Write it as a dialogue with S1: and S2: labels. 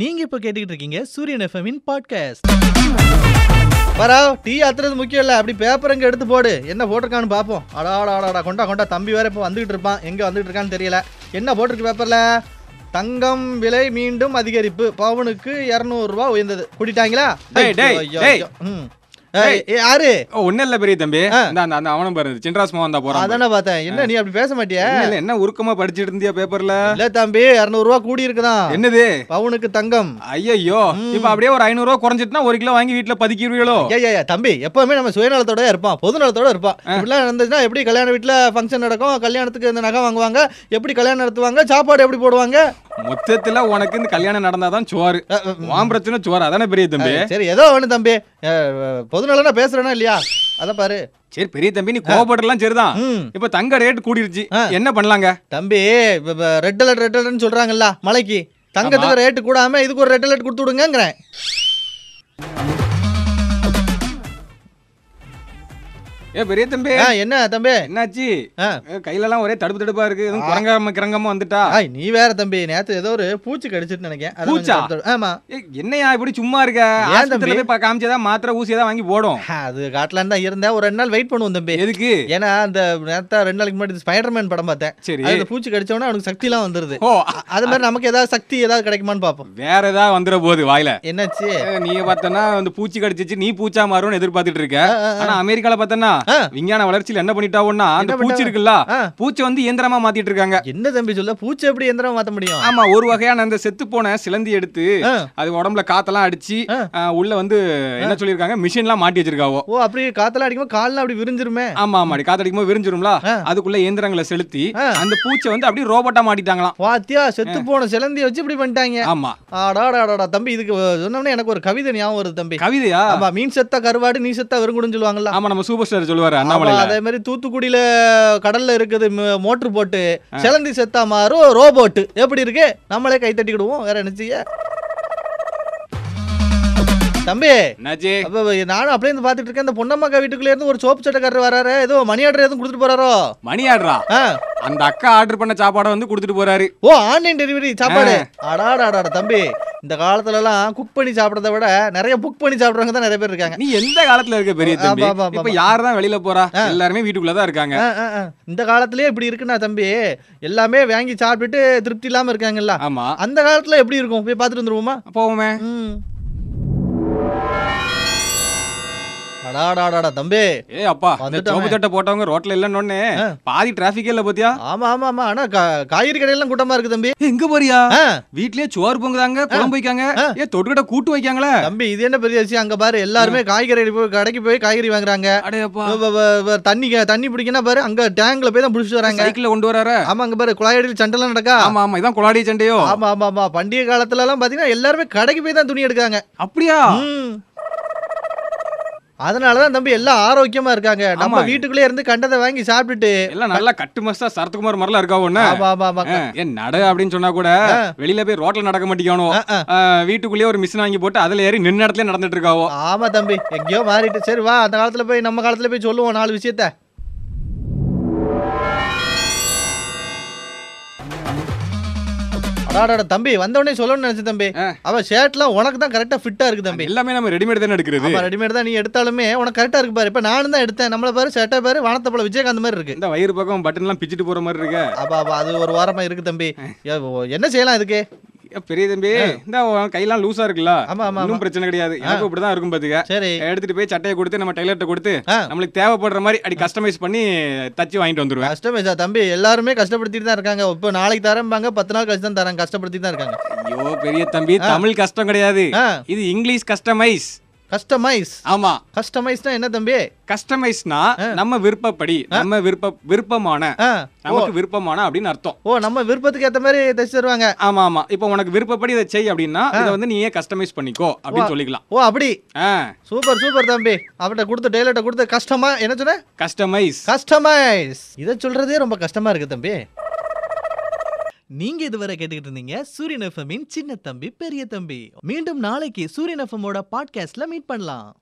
S1: நீங்க இப்ப கேட்டுக்கிட்டு இருக்கீங்க சூரியன் எஃப்எம்மின் பாட்காஸ்ட்
S2: வரா டீ ஆத்துறது முக்கியம் இல்லை அப்படி பேப்பர் இங்கே எடுத்து போடு என்ன போட்டிருக்கான்னு பார்ப்போம் அடா அடா அடாடா கொண்டா கொண்டா தம்பி வேற இப்போ வந்துகிட்டு இருப்பான் எங்கே வந்துகிட்டு இருக்கான்னு தெரியல என்ன போட்டிருக்கு பேப்பரில் தங்கம் விலை மீண்டும் அதிகரிப்பு பவுனுக்கு இரநூறுவா உயர்ந்தது கூட்டிட்டாங்களா
S3: டேய், டேய்,
S2: ஐயோ,
S3: டேய்.
S2: ஐயோ, ம். ஏய், ஏய், யாரு
S3: ஓ ஒன்னும் இல்ல பெரிய தம்பி
S2: ஆ.
S3: இந்த அந்த அந்த அவனும் பாரு சின்ராஸ் மோகன் தான் போறான் பாரு.
S2: அதானே பார்த்தேன் என்ன நீ அப்படி பேச மாட்டியா
S3: இல்ல, இல்ல, என்ன உருக்கமா படிச்சிட்டு இருந்தியா பேப்பர்ல
S2: இல்ல தம்பி இரநூறுவா கூடி இருக்குதான்
S3: என்னது
S2: பவுனுக்கு தங்கம்
S3: ஐயோ இப்ப அப்படியே ஒரு ஐநூறு ரூபா குறைஞ்சிட்டுனா ஒரு கிலோ வாங்கி வீட்டுல பதுக்கிடுவீங்களோ
S2: ஏய், ஏய், ஏய், தம்பி எப்பவுமே நம்ம சுயநலத்தோட இருப்பான் பொதுநலத்தோட இருப்பான் இப்படிலாம் நடந்துச்சுன்னா எப்படி கல்யாண வீட்டில் ஃபங்க்ஷன் நடக்கும் கல்யாணத்துக்கு இந்த நகை வாங்குவாங்க எப்படி கல்யாணம் நடத்துவாங்க சாப்பாடு எப்படி போடுவாங்க
S3: மொத்தத்துல உனக்கு இந்த கல்யாணம் நடந்தாதான் சோறு வாம் பிரச்சனை சோறு அதானே பெரிய தம்பி
S2: சரி ஏதோ ஒன்று தம்பி அஹ், பொதுநலனா பேசுறேனா இல்லையா அதை பாரு
S3: சரி பெரிய தம்பி நீ கோபப்படலாம் சரிதான்
S2: ம்
S3: இப்ப தங்க ரேட் கூடிருச்சு
S2: ஆ.
S3: என்ன பண்ணலாங்க
S2: தம்பி ரெட் அலர்ட் ரெட் அலர்ட்னு சொல்றாங்கல்ல மலைக்கு தங்கத்துக்கு ரேட்டு கூடாம இதுக்கு ஒரு ரெட் அலர்ட் கொடுத்து விடுங்கிறேன்
S3: ஏ பெரிய தம்பி
S2: ஆ, என்ன தம்பி
S3: என்னாச்சு
S2: ஆ.
S3: ஏ, கையில எல்லாம் ஒரே தடுப்பு தடுப்பா இருக்கு எதுவும் குரங்காம கிறங்காம வந்துட்டா
S2: ஆய், நீ வேற தம்பி நேத்து ஏதோ ஒரு பூச்சி கடிச்சிட்டு நினைக்கேன் அதான் கொஞ்சம்
S3: பூச்சா?
S2: தடுத்து- ஆமா
S3: ஏய், என்னையா இப்படி சும்மா இருக்க
S2: ஏன்
S3: ஆஸ்பத்திரியில
S2: தம்பி?
S3: போய் பா- காமிச்சதா மாத்திரை ஊசி ஏதாவது வாங்கி போடும்
S2: ஆ, அது காட்டலான்னு தான் இருந்தேன் ஒரு ரெண்டு நாள் வெயிட் பண்ணுவோம் தம்பி
S3: எதுக்கு
S2: ஏன்னா அந்த நேரத்தா ரெண்டு நாளைக்கு முன்னாடி ஸ்பைடர்மேன் படம் பார்த்தேன்
S3: சரி
S2: அது அந்த பூச்சி கடிச்ச உடனே அவனுக்கு சக்திலாம் வந்துருது
S3: ஓ
S2: அது மாதிரி நமக்கு ஏதாவது சக்தி ஏதாவது கிடைக்குமான்னு பார்ப்போம்
S3: வேற ஏதாவது வந்துட போகுது வாயில
S2: என்னாச்சு
S3: ஏ, நீங்க பார்த்தனா வந்து பூச்சி கடிச்சிச்சு நீ பூச்சா மாறும்னு எதிர்பார்த்துட்டு இருக்க ஆனா அமெரிக்கால பார்த்தனா
S2: ஆ.
S3: விஞ்ஞான வளர்ச்சியில என்ன பண்ணிட்டாவோன்னா அந்த
S2: என்ன
S3: பூச்சி இருக்குல்ல
S2: ஆ.
S3: பூச்சி வந்து இயந்திரமா மாத்திட்டு இருக்காங்க
S2: என்ன தம்பி சொல்ல பூச்சி எப்படி எந்திரம் மாத்த முடியும்
S3: ஆமா ஒரு வகையான அந்த செத்து போன சிலந்தி எடுத்து
S2: ஆ.
S3: அது உடம்புல காத்தெல்லாம் அடிச்சு
S2: ஆ.
S3: ஆ, உள்ள வந்து என்ன சொல்லியிருக்காங்க மிஷின்லாம் மாட்டி வச்சிருக்காவோ
S2: ஓ அப்படி காத்தெல்லாம் அடிக்கும்போது கால்லாம் அப்படி விரிஞ்சிருமே
S3: ஆமா ஆமாடி காத்தடிக்கும் போது விரிஞ்சிரும்ல
S2: ஆ.
S3: அதுக்குள்ள இயந்திரங்களை செலுத்தி
S2: ஆ.
S3: அந்த பூச்சை வந்து அப்படியே ரோபோட்டா மாட்டிட்டாங்களாம்
S2: பாத்தியா செத்து போன சிலந்திய வச்சு இப்படி பண்ணிட்டாங்க
S3: ஆமா
S2: ஆடாடாடாடா தம்பி இதுக்கு சொன்னோம்னா எனக்கு ஒரு கவிதை ஞாபகம் வருது தம்பி
S3: கவிதையா
S2: ஆமா மீன் செத்த கருவாடு நீ செத்த வெறுங்குடுன்னு சொல்லுவாங்கல்ல
S3: ஆமா நம்ம சூப்பர் ஸ்டார் சொல்லுவாரு
S2: ஆமா,
S3: அண்ணாமலையில
S2: அதே மாதிரி தூத்துக்குடியில கடல்ல இருக்குது மோட்டர் போட்டு சிலந்தி செத்தா மாறும் ரோபோட் எப்படி இருக்கு நம்மளே கை தட்டிக்கிடுவோம் வேற என்ன செய்ய தம்பி
S3: என்னாச்சு
S2: அப்ப நானும் அப்படியே இருந்து பாத்துட்டு இருக்கேன் இந்த பொன்னம்மாக்கா வீட்டுக்குள்ள இருந்து ஒரு சோப்பு சட்டைக்காரர் வராரு ஏதோ மணி ஆர்டர் எதுவும் கொடுத்துட்டு போறாரோ
S3: மணி ஆடுறா
S2: ஆ.
S3: அந்த அக்கா ஆர்டர் பண்ண சாப்பாடை வந்து கொடுத்துட்டு போறாரு
S2: ஓ ஆன்லைன் டெலிவரி சாப்பாடு அடாடாடாடா தம்பி இந்த காலத்துல எல்லாம் குக் பண்ணி சாப்பிடறத விட நிறைய புக் பண்ணி சாப்பிடுறவங்க தான் நிறைய பேர் இருக்காங்க
S3: நீ எந்த காலத்துல இருக்க பெரிய
S2: ஆ,
S3: தம்பி
S2: ஆமா, ஆமா,
S3: இப்ப
S2: ஆமா.
S3: யாருதான் வெளியில போறா எல்லாருமே வீட்டுக்குள்ளதான் இருக்காங்க
S2: ஆ, ஆ, ஆ. இந்த காலத்திலேயே இப்படி இருக்குன்னா தம்பி எல்லாமே வாங்கி சாப்பிட்டுட்டு திருப்தி இல்லாம இருக்காங்கல்ல
S3: ஆமா
S2: அந்த காலத்துல எப்படி இருக்கும் போய் பார்த்துட்டு வந்துருவோமா
S3: போவோமே
S2: ம். அடாடாடாடா தம்பி
S3: ஏ அப்பா இந்த
S2: வந்துட்டானே.
S3: சோப்பு சட்டை போட்டவங்க ரோட்ல இல்லன்னு
S2: ஆ.
S3: பாதி டிராபிக் இல்ல பாத்தியா
S2: ஆமா ஆமா ஆமா ஆனா கா- காய்கறி கடையெல்லாம் கூட்டமா இருக்கு தம்பி
S3: ஏய், எங்க போறியா
S2: ஆ,
S3: வீட்லயே சோறு பொங்குதாங்க குழம்பு வைக்காங்க
S2: ஆ.
S3: ஏ தொட்டுக்கிட்ட கூட்டு வைக்காங்களே
S2: தம்பி இது என்ன பெரிய விஷயம் அங்க பாரு எல்லாருமே காய்கறி அடி- போய் கடைக்கு போய் காய்கறி வாங்குறாங்க
S3: அடே அப்பா
S2: வ- வ- வ- தண்ணி க- தண்ணி பிடிக்கனா பாரு அங்க டேங்க்ல போய் தான் புடிச்சிட்டு வராங்க
S3: சைக்கிள்ல கொண்டு வராரு
S2: ஆமா அங்க பாரு குழாயடியில் சண்டெல்லாம் நடக்கா
S3: ஆமா ஆமா இதான் கொலாடி சண்டையோ
S2: ஆமா ஆமா ஆமா பண்டிகை காலத்துல எல்லாம் பாத்தீங்கன்னா எல்லாருமே கடைக்கு போய் தான் துணி எடுக்காங்க
S3: அப்படியா
S2: ம். அதனாலதான் தம்பி எல்லாம் ஆரோக்கியமா இருக்காங்க நம்ம
S3: ஆமா.
S2: வீட்டுக்குள்ளே இருந்து கண்டதை வாங்கி சாப்பிட்டுட்டு
S3: எல்லாம் நல்லா கட்டு மஸ்தா சரத்குமார் மாதிரிலாம் இருக்கா ஒண்ணு
S2: ஆமா ஆமா ஆமா
S3: ஏன் நட அப்படின்னு சொன்னா கூட வெளியில போய் ரோட்ல நடக்க மாட்டேங்கானோ
S2: ஆ, ஆ.
S3: வீட்டுக்குள்ளேயே ஒரு மிஷின் வாங்கி போட்டு அதுல ஏறி நின்ன இடத்துல நடந்துட்டு இருக்காவோ
S2: ஆமா தம்பி எங்கேயோ மாறிட்டு சரி வா அந்த காலத்துல போய் நம்ம காலத்துல போய் சொல்லுவோம் நாலு விஷயத்த அடாடா தம்பி வந்த உடனே சொல்லணும்னு நினைச்சேன் தம்பி
S3: ஆ.
S2: அவ ஷர்ட்லாம் உனக்கு தான் கரெக்டா ஃபிட்டா இருக்கு தம்பி
S3: எல்லாமே நம்ம ரெடிமேட் தானே எடுக்கிறது
S2: ஆமா ரெடிமேட் தான் நீ எடுத்தாலுமே உனக்கு கரெக்டா இருக்கு பாரு இப்ப நானும் தான் எடுத்தேன் நம்மள பாரு ஷர்ட்டை பாரு வானத்தை போல விஜயகாந்த் மாதிரி இருக்கு
S3: இந்த வயிறு பக்கம் பட்டன் எல்லாம் பிச்சுட்டு போற மாதிரி இருக்க
S2: அப்பா அப்பா அது ஒரு வாரமா இருக்கு தம்பி ஏ, ஓ, என்ன செய்யலாம் இதுக்கு
S3: ஏ, பெரிய தம்பி இந்த உன் கையெல்லாம் லூசா இருக்குல்ல
S2: ஆமா, ஆமா,
S3: ஒன்றும் பிரச்சனை கிடையாது எனக்கு இப்படிதான் இருக்கும் பாத்துக்க
S2: சரி
S3: எடுத்துட்டு போய் சட்டையை கொடுத்து நம்ம டெய்லர்ட்ட கொடுத்து
S2: ஆ.
S3: நம்மளுக்கு தேவைப்படுற மாதிரி அப்படி கஸ்டமைஸ் பண்ணி தச்சு வாங்கிட்டு வந்துருவேன்
S2: கஷ்டமேஜா தம்பி எல்லாருமே கஷ்டப்படுத்திட்டு தான் இருக்காங்க இப்போ நாளைக்கு தரம்பாங்க பத்து நாள் கழிச்சு தான் தராங்க கஷ்டப்படுத்திட்டு தான் இருக்காங்க
S3: ஐயோ பெரிய தம்பி தமிழ் கஷ்டம் கிடையாது
S2: ஆ
S3: இது இங்கிலீஷ் கஸ்டமைஸ்
S2: கஸ்டமைஸ்
S3: ஆமா
S2: கஸ்டமைஸ்னா என்ன தம்பி
S3: கஸ்டமைஸ்னா நம்ம விருப்பப்படி நம்ம விருப்ப விருப்பமான
S2: ஆ
S3: நமக்கு விருப்பமான அப்படின்னு அர்த்தம்
S2: ஓ நம்ம விருப்பத்துக்கு ஏத்த மாதிரி தைச்சு தருவாங்க
S3: ஆமா ஆமா இப்போ உனக்கு விருப்பப்படி இதை செய் அப்படின்னா இதை வந்து நீயே கஸ்டமைஸ் பண்ணிக்கோ அப்படின்னு சொல்லிக்கலாம்
S2: ஓ அப்படி
S3: ஆ
S2: சூப்பர் சூப்பர் தம்பி அவட்ட கொடுத்து டெய்லர்ட்ட கொடுத்து கஷ்டமா என்ன சொன்ன
S3: கஸ்டமைஸ்
S2: கஸ்டமைஸ் இதை சொல்றதே ரொம்ப கஷ்டமா இருக்கு தம்பி
S1: நீங்க இதுவரை கேட்டுக்கிட்டு இருந்தீங்க சூரியன் எஃப்எம்மின் சின்ன தம்பி பெரிய தம்பி மீண்டும் நாளைக்கு சூரியன் எஃப்எம்மோட பாட்காஸ்ட்ல மீட் பண்ணலாம்